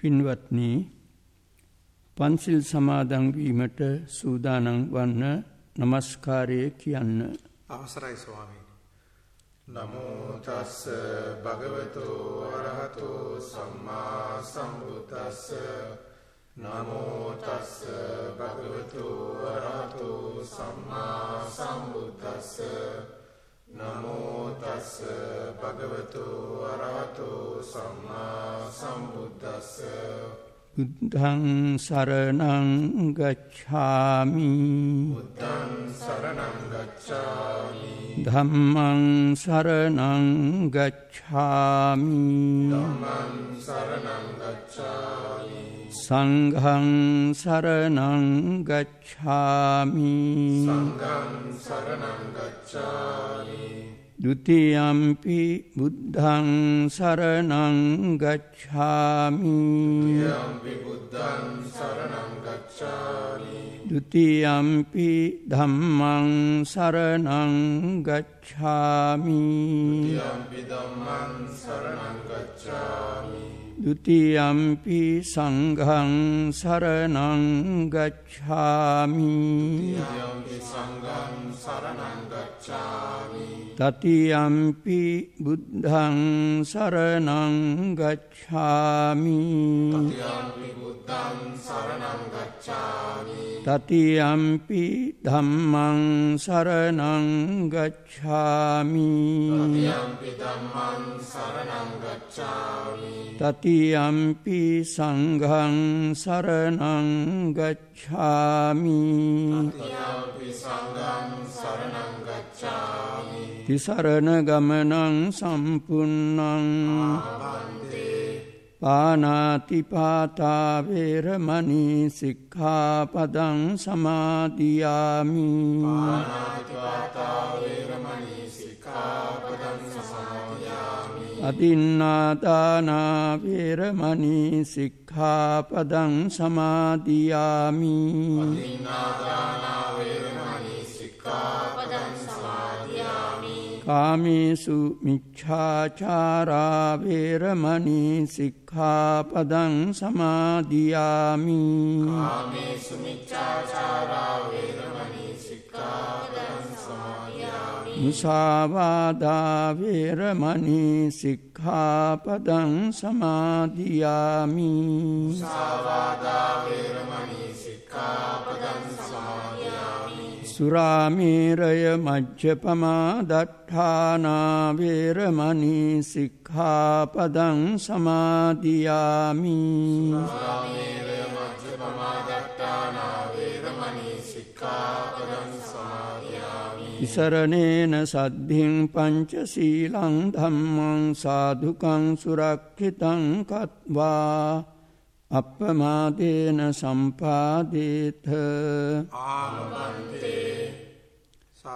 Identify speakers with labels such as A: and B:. A: පින්වත්නි පන්සිල් සමාදන් වීමට සූදානම් වන්න নমස්කාරය කියන්න
B: අවසරයි ස්වාමීනි.
C: නමෝ තස්ස භගවතෝ අරහතෝ සම්මා සම්බුද්දස්ස නමෝ තස්ස භගවතෝ අරහතෝ සම්මා සම්බුද්දස්ස නමෝ තස්ස භගවතෝ අරහතෝ සම්මා සම්බුද්දස්ස
A: බුද්ධං සරණං ගච්ඡාමි
C: බුද්ධං සරණං ගච්ඡාමි
A: ධම්මං සරණං ගච්ඡාමි
C: ධම්මං සරණං ගච්ඡාමි
A: සංඝං සරණං ගච්ඡාමි
C: සංඝං සරණං ගච්ඡාමි
A: ဒ ුතියම්පි බුද්ධං සරණං ගච්ඡාමි
C: යම්පි බුද්ධං සරණං ගච්ඡාමි
A: ဒ ුතියම්පි ධම්මං සරණං ගච්ඡාමි
C: යම්පි ධම්මං සරණං ගච්ඡාමි
A: ဒ ුතියම්පි සංඝං සරණං ගච්ඡාමි
C: යම්පි සංඝං සරණං ගච්ඡාමි
A: තතියම්පි බුද්ධං සරණං ගච්ඡාමි
C: යම්පි බුද්ධං සරණං ගච්ඡාමි
A: තතියම්පි ධම්මං සරණං ගච්ඡාමි
C: යම්පි ධම්මං සරණං ගච්ඡාමි
A: තතියම්පි සංඝං සරණං ගච්ඡාමි
C: යම්පි සංඝං සරණං ගච්ඡාමි
A: තිසරණ ගමනං සම්පුන්නං පානාතිපාතා වේරමණී සික්ඛාපදං සමාදියාමි
C: අනාතිපාතා වේරමණී සික්ඛාපදං සමාදියාමි
A: අදින්නාදානා වේරමණී සික්ඛාපදං සමාදියාමි
C: දිනාදානා වේරමණී සික්ඛාපදං සමාදියාමි
A: කාමේසු මිච්ඡාචාරා වේරමණී සික්ඛාපදං සමාදියාමි
C: ආමේසු මිච්ඡාචාරා වේරමණී සික්ඛාපදං සමාදියාමි
A: මුසාවාදා වේරමණී සික්ඛාපදං සමාදියාමි
C: සාවාදා වේරමණී සික්ඛාපදං සමාදියාමි
A: සුරාමේරය මජ්ජපමා දට්ඨානා වේරමණී සික්ඛාපදං සමාදියාමි
C: ආමේරය මජ්ජපමා දට්ඨානා වේරමණී සික්ඛාපදං සමාදියාමි
A: ඉසරණේන සද්ධින් පංචශීලං ධම්මං සාදුකං සුරක්ෂිතං කତ୍වා අප්පමාදේන සම්පාදේත
C: ආමන්තේ